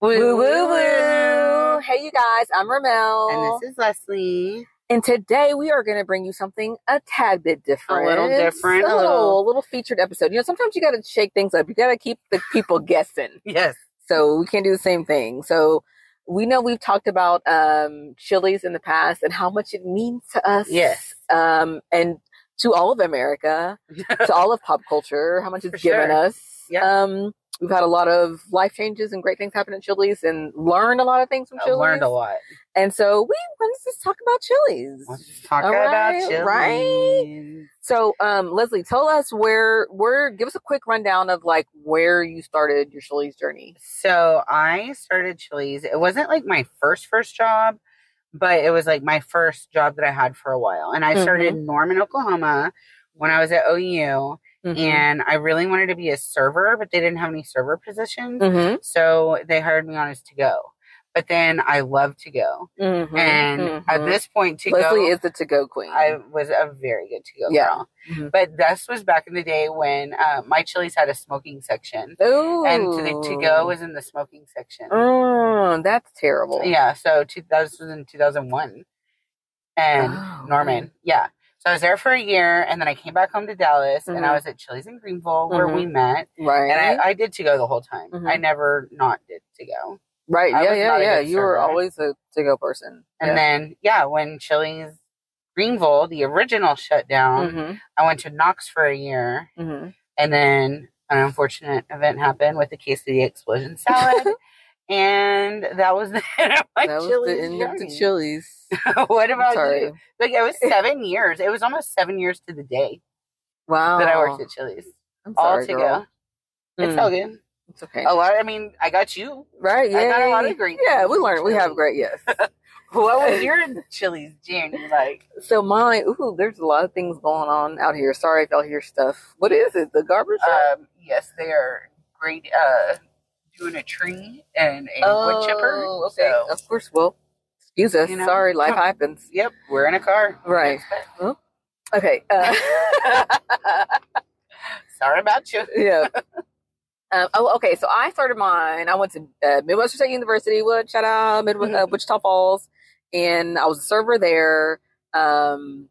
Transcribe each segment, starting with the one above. Woo Woo, woo, woo. Hey, you guys, I'm Ramel. And this is Leslie. And today we are going to bring you something a tad bit different. little different, A a little, little- a little featured episode. You know, sometimes you got to shake things up. You got to keep the people guessing. Yes. So we can't do the same thing. So we know we've talked about um, chilies in the past and how much it means to us. Yes. Um, and to all of America, to all of pop culture, how much it's For given sure. us. Yep. Um, we've had a lot of life changes and great things happen at Chili's and learned a lot of things from I Chili's. learned a lot. And so we wanted to just talk about Chili's. Let's just talk All about right, chili. right? So, um, Leslie, tell us where, where, give us a quick rundown of like where you started your Chili's journey. So I started Chili's. It wasn't like my first first job, but it was like my first job that I had for a while. And I started Mm-hmm. in Norman, Oklahoma when I was at OU. Mm-hmm. And I really wanted to be a server, but they didn't have any server positions. Mhm. So they hired me on as to go. But then I love to go. Mhm. And at Mhm. this point, to Leslie go, is the to go queen. I was a very good to go Mm-hmm. Yeah. girl. Mhm. But this was back in the day when uh, my Chili's had a smoking section, Ooh. and to the to go was in the smoking section. Mm, that's terrible. Yeah, so two, that was in 2001, and Oh. Norman. Yeah, so I was there for a year, and then I came back home to Dallas, and Mhm. I was at Chili's in Greenville where we Mm-hmm. met, Right. and I, I did to go the whole time. Mhm. I never not did to go. right. I Yeah. was Yeah. not a Yeah. good You were server. always a to go person. And then yeah, when Chili's Greenville, the original, shut down, Mm-hmm. I went to Knox for a year. hmm hmm And then an unfortunate event happened with the quesadilla explosion salad. and that was the end of my that was Chili's the end of the journey. Chili's. what I'm about sorry. you? Like it was seven years. It was almost seven years to the day Wow. that I worked at Chili's. I'm All sorry, to girl. go. It's Mm, all good. it's okay. A lot I mean, I got you. Right. Yeah. I got a lot of yeah, great Yeah. things We from learned. We have Chili's. great. Yes. What was your Chili's journey like? so my ooh, there's a lot of things going on out here. Sorry if y'all hear stuff. What is it? The garbage. truck? Um, yes, they are great uh doing a tree and a wood chipper. Oh, Okay. So, Of course. Well, excuse us. You know? Sorry, life happens. yep, we're in a car. Right. Okay. Uh, Sorry about you. yeah. Um, oh, okay. So I started mine. I went to uh, Midwestern State University. What? Shout out Mid- uh, Mhm. Wichita Falls, and I was a server there. Um,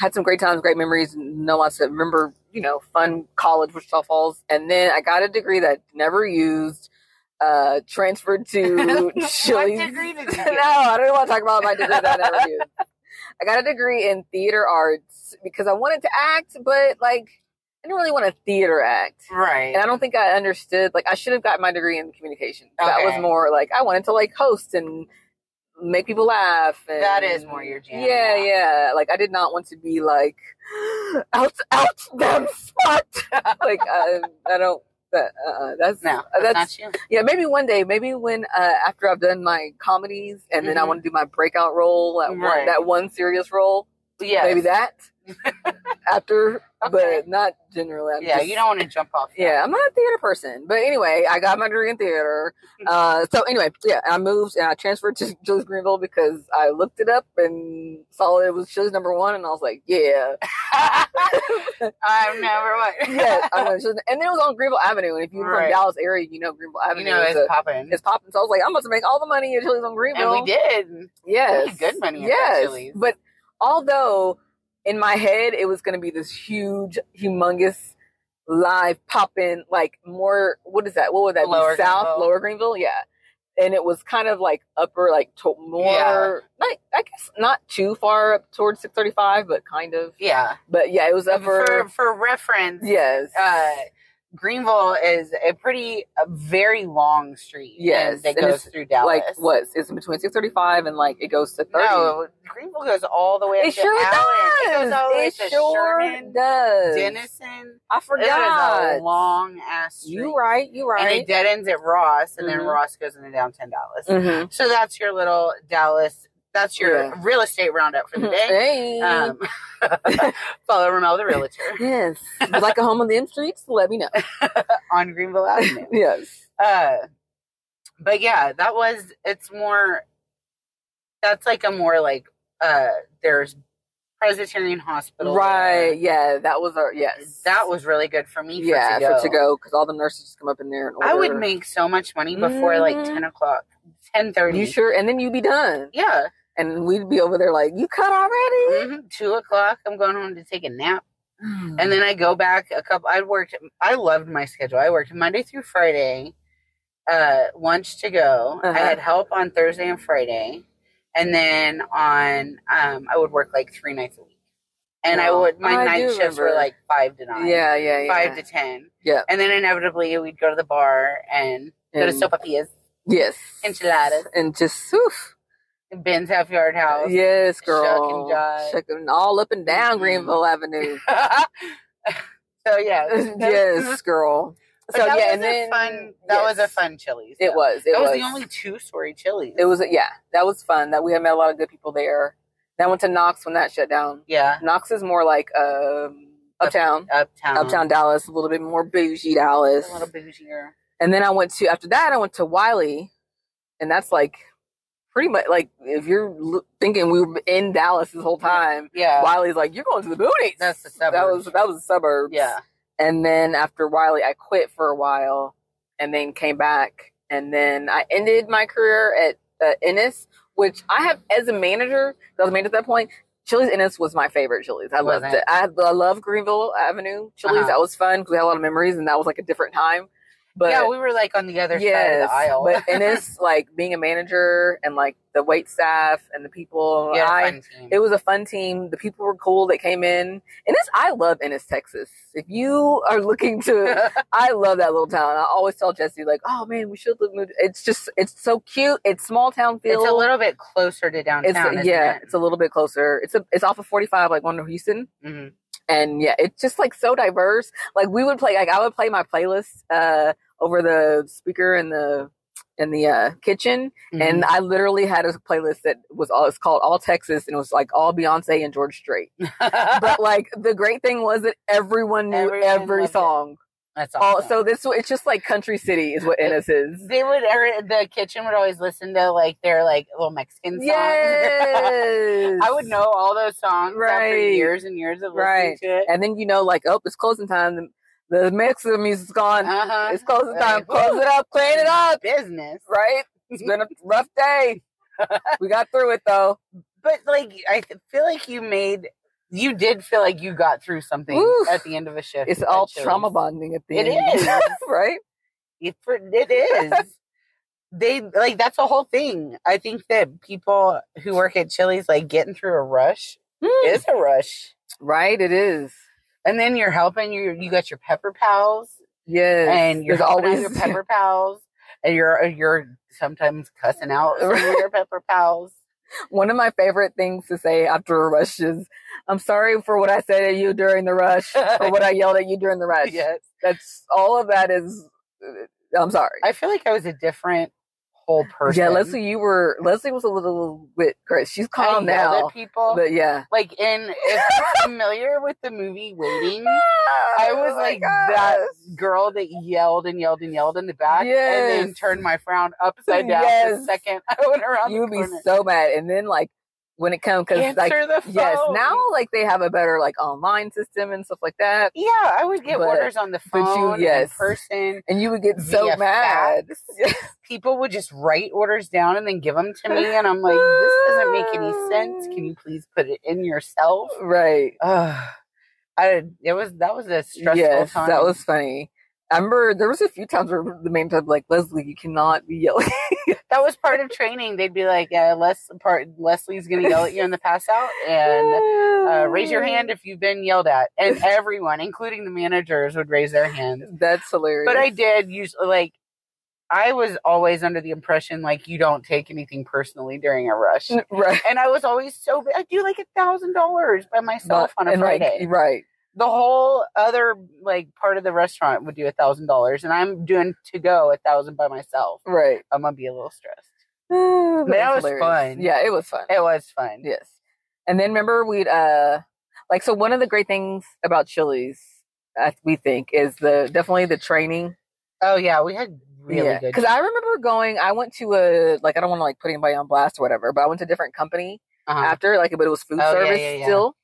had some great times, great memories. No lots to remember. You know, fun college Wichita Falls, and then I got a degree that I never used. Uh, transferred to Chili's. What degree did you no, get? I don't want to talk about my degree that I never used. I got a degree in theater arts because I wanted to act, but like I didn't really want to theater act. Right. And I don't think I understood. Like I should have got my degree in communication. That was Okay. more like I wanted to like host and make people laugh. And That is more your jam, Yeah, yeah. yeah. Like I did not want to be like out out them spot. like I, I don't. That, uh, that's no, that's that's not you. yeah, maybe one day, maybe when uh, after I've done my comedies and then I Mhm. want to do my breakout role, at one, Right. that one serious role, Yeah, maybe that after, Okay. but not generally. I'm Yeah, just- you don't want to jump off. that. Yeah, I'm not a theater person, but anyway, I got my degree in theater. Uh, so anyway, yeah, I moved and I transferred to Jules Greenville because I looked it up and saw it was Chili's number one, and I was like, yeah, I've never what. yeah. I went to Chili's. and then it was on Greenville Avenue, and if you're Right. from Dallas area, you know Greenville Avenue you know is it's a- popping, is popping. So I was like, I'm about to make all the money at Chili's on Greenville. and we did. Yes. We made good money at that yes. Chili's. But although in my head it was going to be this huge, humongous, live popping, like more, what is that? What would that Lower be? South, Greenville. Lower Greenville? Yeah. And it was kind of like upper, like to, more, Yeah. like, I guess not too far up towards 635, but kind of. Yeah, But yeah, it was upper. for for reference, yes. uh, Greenville is a pretty a very long street. Yes, that and goes it's through Dallas. like what? It's in between 635 and like it goes to 30. No, Greenville goes all the way. it up to sure Allen. does. It goes all the way It, to sure Sherman, does. Denison. I forgot. It is a long ass street. You right. You right. And it dead ends at Ross, and then Mhm. Ross goes into downtown Dallas. Mhm. So that's your little Dallas. That's your Yeah. real estate roundup mm-hmm. for the day. Hey. Um, follow Ramel the realtor yes. Would like a home on the M streets? Let me know. on Greenville Avenue. yes. Uh, but yeah, that was. It's more. That's like a more like uh, there's Presbyterian Hospital. Right. Yeah. That was our yes. That was really good for me. For to yeah go. for to go because all the nurses just come up in there and order. I would make so much money before like Mhm. ten o'clock, ten thirty. you sure, and then you'd be done, Yeah, and we'd be over there like you cut already. Mhm. two o'clock. I'm going home to take a nap, Mm-hmm. and then I go back a couple. I worked. I loved my schedule. I worked Monday through Friday, uh, lunch to go. I Uh-huh. had help on Thursday and Friday, and then on um, I would work like three nights a week, and I Wow. would my Oh, I night do shifts were remember. like five to nine. yeah, yeah, yeah. Five to ten. Yeah. And then inevitably we'd go to the bar and go to And- Sopapillas, Yes. Enchiladas. And just, oof. Ben's Half Yard House. Yes, girl. and jive. Shucking all up and down Mhm. Greenville Avenue. so yeah, yes, girl. But So that yeah, was and a then fun, that was a yes. fun Chili's. It though. was. It that was, was, the only two story Chili's. It was yeah. That was fun. That we had met a lot of good people there. Then I went to Knox when that shut down. yeah, Knox is more like um, Up- uptown, uptown, uptown Dallas, a little bit more bougie Dallas. a little bougier. And then I went to after that I went to Wiley, and that's like pretty much like if you're l- thinking we were in Dallas this whole time, Yeah, Wiley's like you're going to the boonies. that's the that suburbs. was that was the suburbs. yeah, And then after Wiley, I quit for a while, and then came back, and then I ended my career at uh, Ennis, which I have as a manager. 'cause I was a manager at that point. Chili's Ennis was my favorite Chili's. I Was loved it? it. I, I love Greenville Avenue Chili's. Uh-huh. That was fun because we had a lot of memories, and that was like a different time. But yeah. We were like on the other side of Yes, the aisle. but and it's like being a manager and like the wait staff and the people. yeah, I, fun team. it was a fun team. The people were cool that came in. And this, I love Ennis, Texas. If you are looking to, I love that little town. I always tell Jesse, like, oh man, we should live. move- It's just, it's so cute. It's small town feel. it's a little bit closer to It's- downtown. isn't yeah, it? it's a little bit closer. It's a, it's off of 45, like one of Houston Mhm. and yeah, it's just like so diverse. Like we would play, like I would play my playlist uh, over the speaker in the in the uh, kitchen, and Mm-hmm. I literally had a playlist that was all it's called All Texas, and it was like all Beyonce and George Strait. Mm-hmm. But like the great thing was that everyone knew Everyone every loved it. song. that's All, awesome. so this it's just like country city is what Ennis is. they would or the kitchen would always listen to like their like little Mexican songs. Yes, I would know all those songs after Right. years and years of listening Right. to it. and then you know like oh it's closing time. The, the Mexican music's gone. Uh-huh. It's closing time. Like, Close woo. it up. Clean it up. business. right? It's been a rough day. We got through it though. But like I th- feel like you made you did feel like you got through something Oof. at the end of a shift. It's all at Chili's. trauma bonding at the It end. is. right? It, for- it is. they like that's the whole thing. I think that people who work at Chili's like getting through a rush Hmm. is a rush. Right, it is. And then you're helping you you got your pepper pals Yes. and you're There's always your pepper pals and you're you're sometimes cussing out some of your pepper pals. one of my favorite things to say after a rush is I'm sorry for what I said at you during the rush or what I yelled at you during the rush. Yes. That's all of that is uh, I'm sorry. I feel like I was a different whole person. Yeah, Leslie, you were Leslie was a little bit crazy. She's I yelled calm now. At people. But yeah. like in if you're familiar with the movie Waiting, I was Oh my like that gosh. girl that yelled and yelled and yelled in the back and then Yes. turned my frown upside down the Yes. second I went around you the would be corner. so mad and then like when it comes because Answer like the phone. yes now like they have a better like online system and stuff like that Yeah, I would get But- orders on the but you- phone, yes. in person. and you would get so Via mad fax. People would just write orders down and then give them to me, and I'm like, this doesn't make any sense. Can you please put it in yourself? right Ugh. I it was that was a stressful yes time. that was funny I remember there was a few times where the main time like Leslie you cannot be yelling that was part of training. They'd be like, uh, Les, part, Leslie's going to yell at you in the pass out and uh, raise your hand if you've been yelled at. And everyone, including the managers, would raise their hands. that's hilarious But I did usually, like, I was always under the impression, like, you don't take anything personally during a rush. right And I was always so, I do like a thousand dollars by myself But- on a and, like, Friday. right the whole other, like, part of the restaurant would do a thousand dollars, and I'm doing to go a thousand by myself. right I'm going to be a little stressed. that that was fun. yeah it was fun It was fun. Yes. And then remember we'd uh like so one of the great things about Chili's uh, we think is the definitely the training. Oh yeah, we had really yeah. good. Cuz I remember going I went to a like I don't want to like put anybody on blast or whatever, but I went to a different company uh after like but it was food Oh, yeah, service yeah, yeah. still.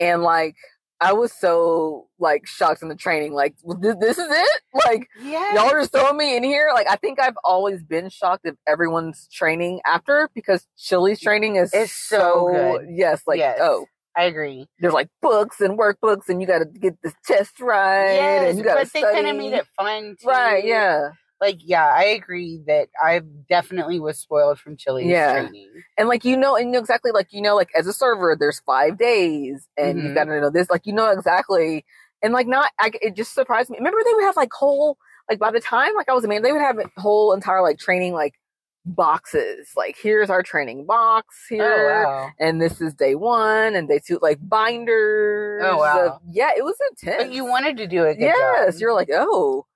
and like I was so like shocked in the training. Like this, this is it? Like Yeah. y'all are just throwing me in here? Like I think I've always been shocked at everyone's training after because Chili's training is It's so good. yes, like Yes. oh I agree. there's like books and workbooks and you got to get this test right and you got to but they study. kind of made it fun. Too. right, yeah. Like, yeah, I agree that I definitely was spoiled from Chili's Yeah. training. And like you know, and you know exactly like you know, like as a server, there's five days, and you Mhm. gotta know this. Like you know exactly, and like not, I, it just surprised me. Remember, they would have like whole like by the time like I was a man, they would have whole entire like training like boxes. Like here's our training box Oh, here, wow. and this is day one and day two, like binders. Oh, wow. of- yeah, it was intense. But you wanted to do a good yes, job. you're like oh.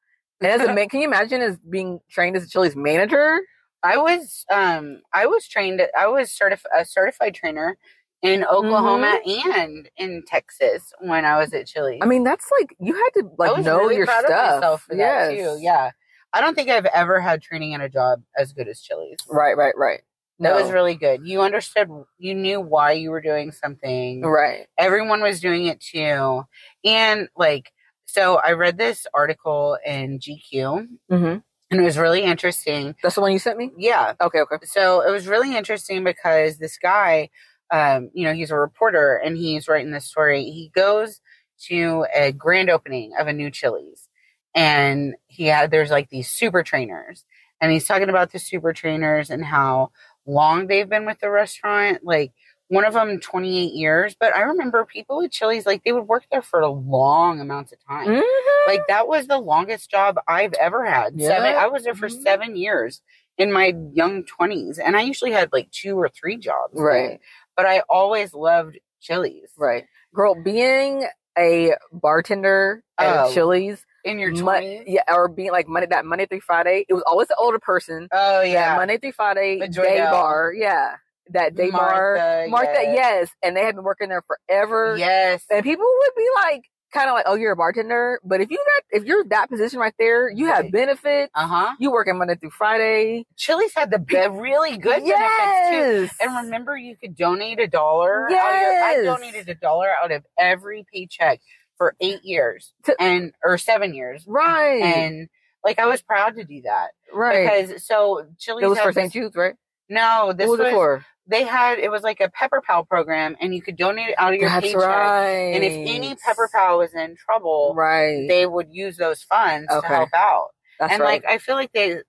And as a man, can you imagine as being trained as a Chili's manager? I was um I was trained I was certif- a certified trainer in Oklahoma Mm-hmm. and in Texas when I was at Chili's. I mean, that's like you had to I like was know really your proud stuff. of myself for yes. that too. Yeah. I don't think I've ever had training at a job as good as Chili's. Right, right, right. No, That was really good. You understood you knew why you were doing something. right. everyone was doing it too. And like, so I read this article in GQ Mm-hmm. and it was really interesting. That's the one you sent me. Yeah. Okay, okay. So it was really interesting because this guy, um, you know, he's a reporter and he's writing this story. He goes to a grand opening of a new Chili's and he had, there's like these super trainers and he's talking about the super trainers and how long they've been with the restaurant. Like one of them, 28 years, but I remember people at Chili's, like they would work there for long amounts of time Mm-hmm. like that was the longest job I've ever had. Yeah. Seven. I was there for Mhm. seven years in my young twenties, and I usually had like two or three jobs. then. Right, But I always loved Chili's. right. Girl, being a bartender at Oh. Chili's, In your Mon- twenties. yeah, or being like Monday that Monday through Friday, it was always the older person. Oh yeah. That Monday through Friday The day Joydell. bar, yeah, that day bar. Martha, yes. and they had been working there forever. Yes. And people would be like, kind of like, "Oh, you're a bartender," but if you got if you're that position right there, you have Right. benefits. Uh huh. You working Monday through Friday. Chili's had the be- really good benefits too. yes. And remember, you could donate a dollar. Out of Yes. your, I donated a dollar out of every paycheck for eight years To- and or seven years. right, and like I was proud to do that right. because so Chili's It was had for this- St. Jude's, right? No, this what was, was it for? they had it was like a Pepper Pal program, and you could donate it out of your That's paycheck. right. And if any Pepper Pal was in trouble, right? they would use those funds Okay. to help out. That's and right. like I feel like they,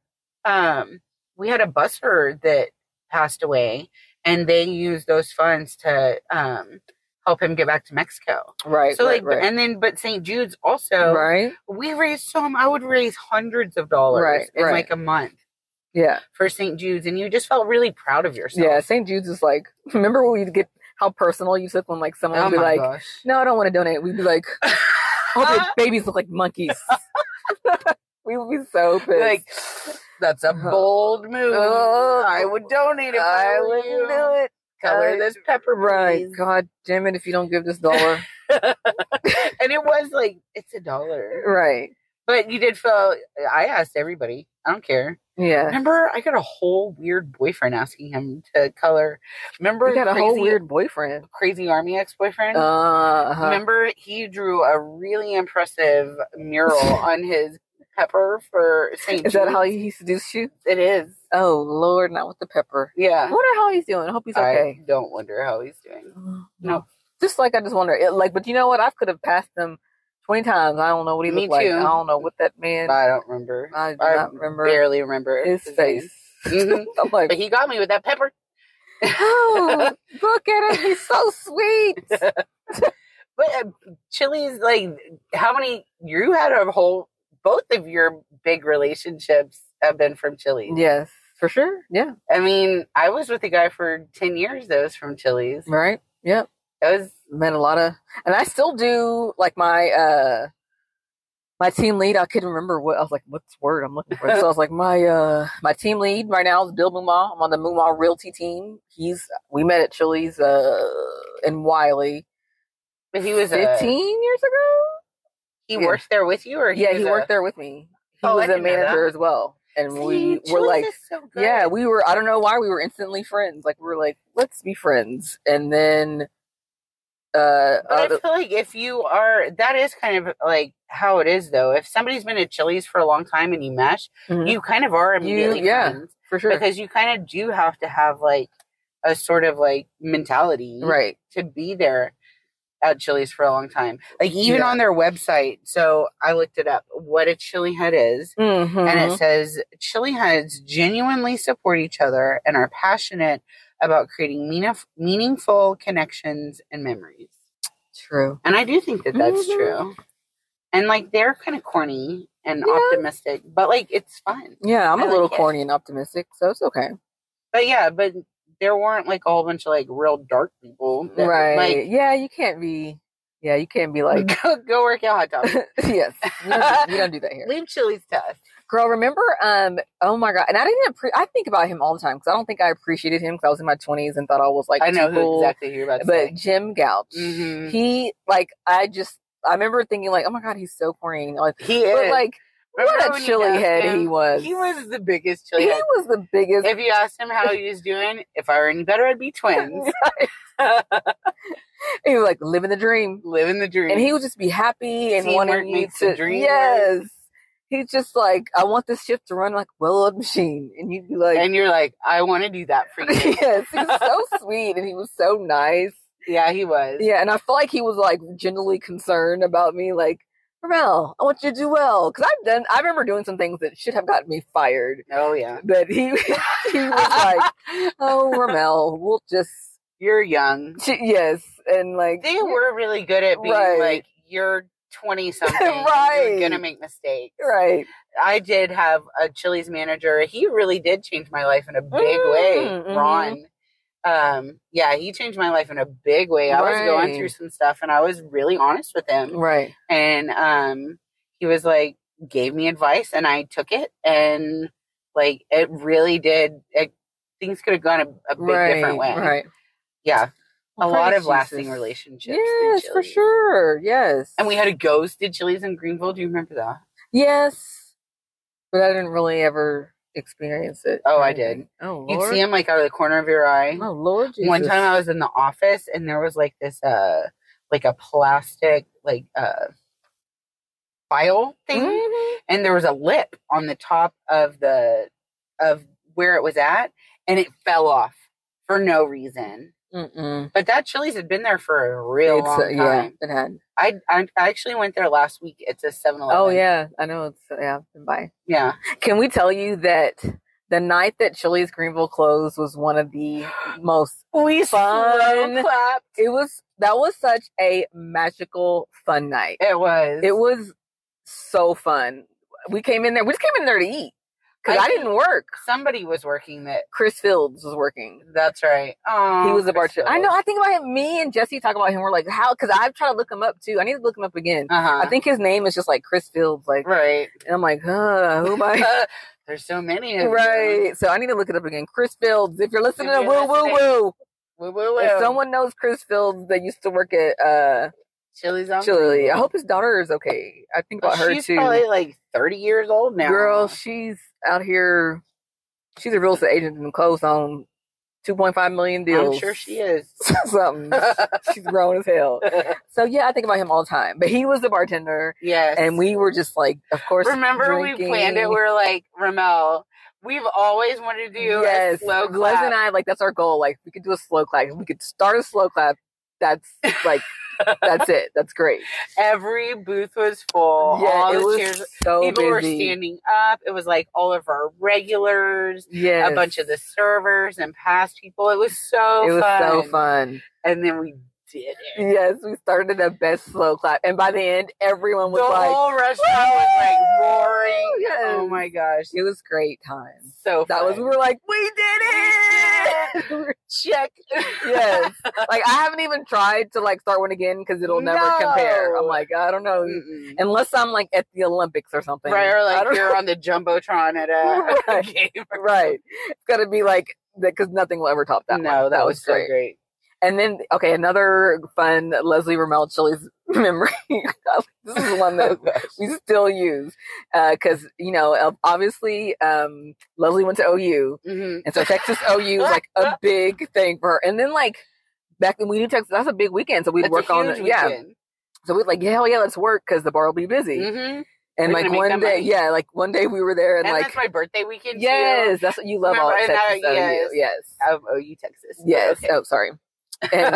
um, we had a busser that passed away, and they used those funds to um help him get back to Mexico. right. so right, like, right. and then but St. Jude's also right. we raised so m- I would raise hundreds of dollars Right, in right. like a month Yeah. for St. Jude's, and you just felt really proud of yourself. Yeah. St. Jude's is like. Remember when we get how personal you took when like someone Oh would be my like, gosh. "No, I don't want to donate." We'd be like, "I hope your babies look like monkeys." we would be so pissed. Like that's a bold move. Oh, I would donate it. I I would wouldn't do it. color I- this pepper Right. please. God damn it! If you don't give this dollar, and it was like it's a dollar, right? but you did feel. I asked everybody. I don't care. Yeah. Remember, I got a whole weird boyfriend asking him to color. Remember, You got a whole crazy- weird boyfriend. crazy army ex boyfriend. Uh huh. Remember, he drew a really impressive mural on his pepper for St. Is that Jude's. how he seduced you? it is? Oh Lord, not with the pepper. I Yeah. wonder how he's doing. I hope he's okay. I don't wonder how he's doing. No. Just like I just wonder, it, like, but you know what? I could have passed him twenty times. I don't know what he Me looked like. too. I don't know what that man. I don't remember. I do I not remember barely remember his face. name. Mhm. I'm Mm-hmm. like, But he got me with that pepper. oh, look at him. He's so sweet. But uh, Chili's, like, how many? You had a whole, both of your big relationships have been from Chili's. yes, for sure. Yeah. I mean, I was with a guy for 10 years that was from Chili's. Right. Yep. That was, met a lot of and i still do like my uh my team lead i couldn't remember what i was like what's the word i'm looking for so i was like my uh my team lead right now is bill Moomaw. i'm on the Moomaw realty team he's we met at chili's uh in wiley but he was a- 15 years ago He Yeah. worked there with you, or yeah he was worked a, there with me he Oh, I was a didn't know that. manager as well and we were like yeah we were i don't know why we were instantly friends like we were like let's be friends and then uh, But I other- feel like if you are, that is kind of like how it is though. If somebody's been at Chili's for a long time and you mesh, Mhm. you kind of are immediately yeah, friends for sure. because you kind of do have to have like a sort of like mentality right. to be there at Chili's for a long time. Like even Yeah. on their website. So I looked it up what a chili head is. Mm-hmm. And it says chili heads genuinely support each other and are passionate about creating meanif- meaningful connections and memories. true. And I do think that that's Mhm. true. And like they're kind of corny and Yeah. optimistic, but like it's fun. Yeah, I'm I a like little it. corny and optimistic, so it's okay. But yeah, but there weren't like a whole bunch of like real dark people. that, right. Like yeah, you can't be. Yeah, you can't be like. go, go work out hot dogs. yes, we don't, we don't do that here, Leave Chili's to us. girl. Remember? Um. Oh my god. And I didn't. Appre- I think about him all the time because I don't think I appreciated him because I was in my 20s and thought I was like. I know too who cool. exactly you're about to But say. Jim Gouch, Mhm. he like I just I remember thinking like, oh my god, he's so corny. Like, He is. but like, Remember what when a you chili asked head him? he was. He was the biggest chili He head. was the biggest. Oh, If you asked him how he was doing, if I were any better, I'd be twins. he was like living the dream. Living the dream. and he would just be happy and Teamwork wanting you makes the to dream yes he's just like i want this shift to run like well-oiled machine and you'd be like and you're like, I want to do that for you. yes he was so sweet and he was so nice yeah, he was. yeah and i feel like he was like genuinely concerned about me like Ramel, I want you to do well because I've done. I remember doing some things that should have gotten me fired, Oh yeah. but he he was like, "Oh, Ramel, we'll just you're young. yes," and like They were really good at being Right. like, you're twenty something. Right. You're gonna make mistakes. right I did have a Chili's manager. He really did change my life in a big Mm, way, mhm. Ron. Um, yeah, he changed my life in a big way. I was going Right. through some stuff and I was really honest with him. right And um he was like gave me advice and I took it and like it really did it, things could have gone a, a big right different way. right Yeah. A Well, lot praise of lasting Jesus. relationships. through Yes, for Chili's. sure. Yes. And we had a ghosted Chili's in Greenville. Do you remember that? Yes. But I didn't really ever experience it. Oh, I didn't. Oh, You'd Lord. see him like out of the corner of your eye. Oh, Lord Jesus. One time I was in the office and there was like this uh like a plastic like uh file thing Mhm. and there was a lip on the top of the of where it was at and it fell off for no reason. Mm-mm. But that Chili's had been there for a real It's, long uh, time. yeah, it had. I, I I actually went there last week. It's a 7-Eleven. Oh, yeah. I know. It's, yeah, been by. Yeah. Can we tell you that the night that Chili's Greenville closed was one of the most We Fun. clapped. it was that was such a magical fun night. It was. It was so fun. We came in there. We just came in there to eat because I I didn't work. somebody was working that. Chris Fields was working. That's right. Oh, He was a bartender. I know. I think about him. Me and Jesse talk about him. We're like, how? Because I've tried to look him up too. I need to look him up again. Uh huh. I think his name is just like Chris Fields. Like, Right. and I'm like, huh, who am I? There's so many of them. right. So I need to look it up again. Chris Fields. If you're listening, If to you're woo, woo, listening. woo. Woo, woo, woo. If someone knows Chris Fields, that used to work at uh, Chili's on Chili. Greenville. I hope his daughter is okay. I think about her she's too. probably like 30 years old now. Girl, she's out here. She's a real estate agent and closed on 2.5 million deals. I'm sure she is. Something. She's grown as hell. So yeah, I think about him all the time. But he was the bartender, yes. and we were just like, of course. remember we drinking. planned it. We were like, Ramel, we've always wanted to do a yes, slow Les clap. and I like that's our goal. Like we could do a slow clap. If we could start a slow clap. That's like that's it. That's great. Every booth was full. yeah, all it the was chairs. so People busy. were standing up. It was like all of our regulars. yes, a bunch of the servers and past people. It was so It was fun. so fun. And then we did it. Yes, we started the best slow clap, and by the end, everyone was the like, whole restaurant was like roaring. Yes. Oh my gosh. "It was great time." So That was we fun. were like, "We did it!" check. yes. Like I haven't even tried to like start one again because it'll never No. compare. I'm like, I don't know, Mm-mm. unless I'm like at the Olympics or something. Right, or I like don't you're on the jumbotron at a Right. game. know. right. It's got to be like that because nothing will ever top that. no, one. that, was, so great. And then okay, another fun Leslie Ramel Chili's memory. this is one that we still use because you know obviously um, Leslie went to OU. Mhm. And so Texas OU was like a big thing for her. And then like back in we knew Texas. That's a big weekend, so we'd That's a work on it. huge Yeah, weekend. so we'd like hell yeah, let's work because the bar will be busy. Mhm. We're And like gonna make one that day, money. yeah, like one day we were there and, And like that's my birthday weekend. Too. yes, that's what you love all Remember, Texas. I- though, yes. you- yes. Of OU, Texas. Yes. Okay. Oh, sorry. And,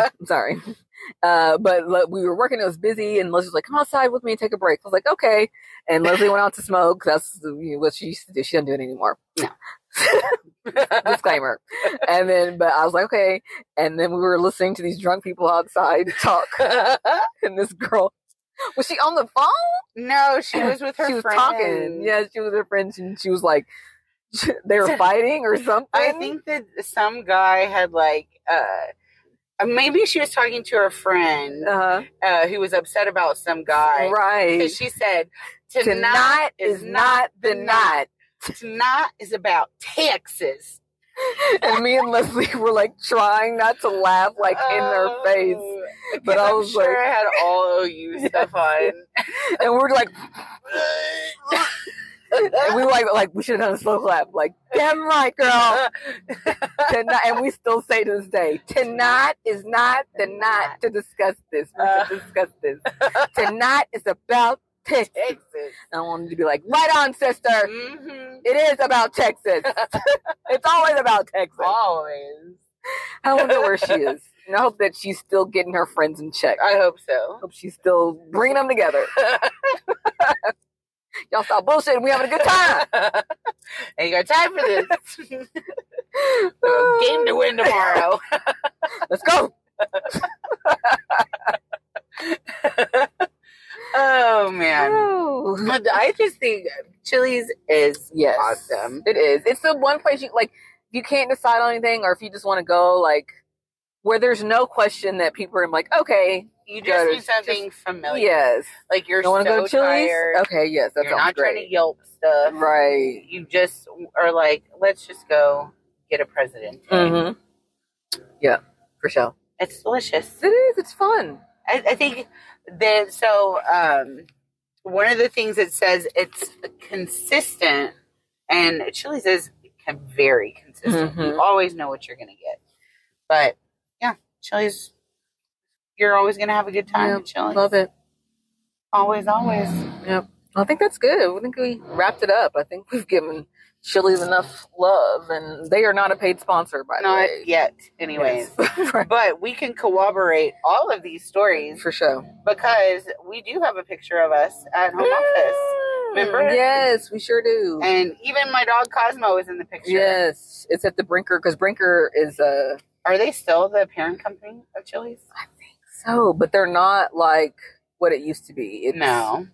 I'm sorry. Uh, but like, we were working. It was busy, and Leslie was like, "Come outside with me and take a break." I was like, "Okay." And Leslie went out to smoke. That's you know, what she used to do. She doesn't do it anymore. Disclaimer. and then, but I was like, "Okay." And then we were listening to these drunk people outside talk, and this girl was she on the phone? no, she was with her she was friends. talking. Yeah, she was her friend, and she was like, they were fighting or something. I think that some guy had like uh maybe she was talking to her friend Uh-huh. uh who was upset about some guy. Right. 'Cause She said tonight, Tonight is not the night. tonight is about Texas. and me and Leslie were like trying not to laugh like in their face. But I am was Oh, sure like- I had all OU stuff on. And we're like and we were like like we should have done a slow clap. Like, damn right, girl. Tonight and we still say to this day, tonight is not the night to discuss this. We Uh. should discuss this. Tonight is about Texas. Texas. I wanted to be like, right on, sister. hmm It is about Texas. it's always about Texas. Always. I wonder where she is. And I hope that she's still getting her friends in check. I hope so. Hope she's still bringing them together. Y'all stop bullshitting. We having a good time. Ain't got time for this. Game to win tomorrow. Let's go. oh man. Oh. But I just think Chili's is Yes. awesome. It is. It's the one place you like. If you can't decide on anything, or if you just want to go like where there's no question that people are like, okay, You just Good. need something familiar. yes, Like you're you want to so go to Chili's. tired. Okay, yes, that you're sounds not trying great. to yelp stuff. Right. You just are like, let's just go get a president. Mm-hmm. Yeah, for sure. It's delicious. It is. It's fun. I, I think that so um, one of the things it says it's consistent, and Chili's is con- very consistent. Mhm. You always know what you're going to get, but yeah, Chili's. You're always going to have a good time Yeah. at Chili's. Love it. Always, always. I think that's good. I think we wrapped it up. I think we've given Chili's enough love, and they are not a paid sponsor, by the Not way. yet, anyways. Yes. Right. But we can corroborate all of these stories for sure. because we do have a picture of us at home office. Remember? Yes, we sure do. And even my dog Cosmo is in the picture. Yes, it's at the Brinker because Brinker is uh, Are they still the parent company of Chili's? so, but they're not like what it used to be. It's, No,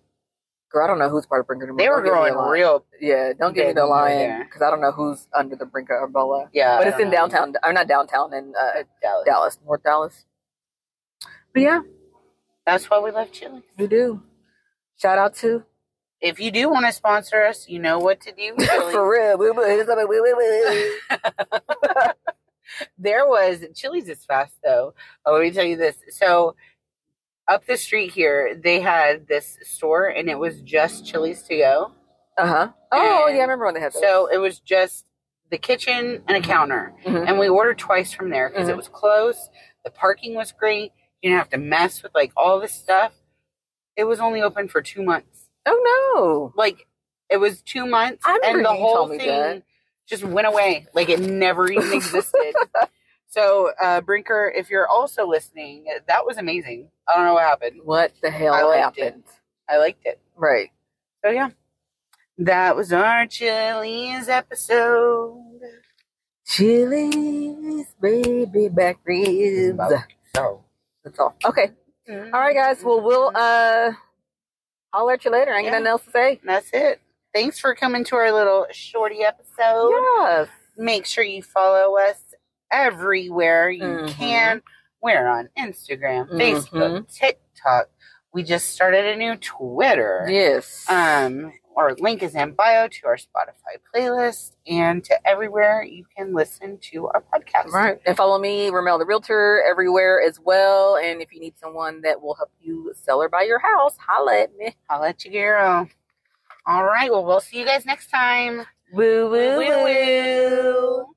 girl, I don't know who's part of Brinker. anymore. they were Don't give me growing the line. real. Yeah, don't give me big the when we were line there. Uh, because I don't know who's under the Brinker umbrella. Yeah, But I it's don't in know. downtown. I'm not downtown in uh, Uh, Dallas. Dallas, North Dallas. But yeah, That's why we love Chili's. we do. Shout out to If you do want to sponsor us, you know what to do. Chili's. For real. We- we- it's like, we- we- we- there was Chili's is fast though. Oh, let me tell you this. So up the street here, they had this store, and it was just Chili's to go. Uh-huh. Oh, yeah, I remember when they had those. So it was just the kitchen and a counter, Mhm. and we ordered twice from there because Mhm. it was close. The parking was great. You didn't have to mess with like all this stuff. It was only open for two months. oh, Like it was two months, I remember and the you whole told me thing that. just went away. Like it never even existed. so uh, Brinker, if you're also listening, that was amazing. I don't know what happened. no. What the hell I liked it. happened? I liked it. Right. So yeah, that was our Chili's episode. Chili's baby back ribs. So. That's all. Okay. All right, guys. Well, we'll uh, holler at you later. I ain't got Yeah. nothing else to say. That's it. Thanks for coming to our little shorty episode. Yes. Make sure you follow us everywhere you Mhm. can. We're on Instagram, Facebook, TikTok. We just started a new Twitter. Yes. Um, our link is in bio to our Spotify playlist and to everywhere you can listen to our podcast. Right. And follow me, Ramel the Realtor, everywhere as well. And if you need someone that will help you sell or buy your house, holla at me. I'll let you go. All right. Well, we'll see you guys next time. Woo, Woo, woo.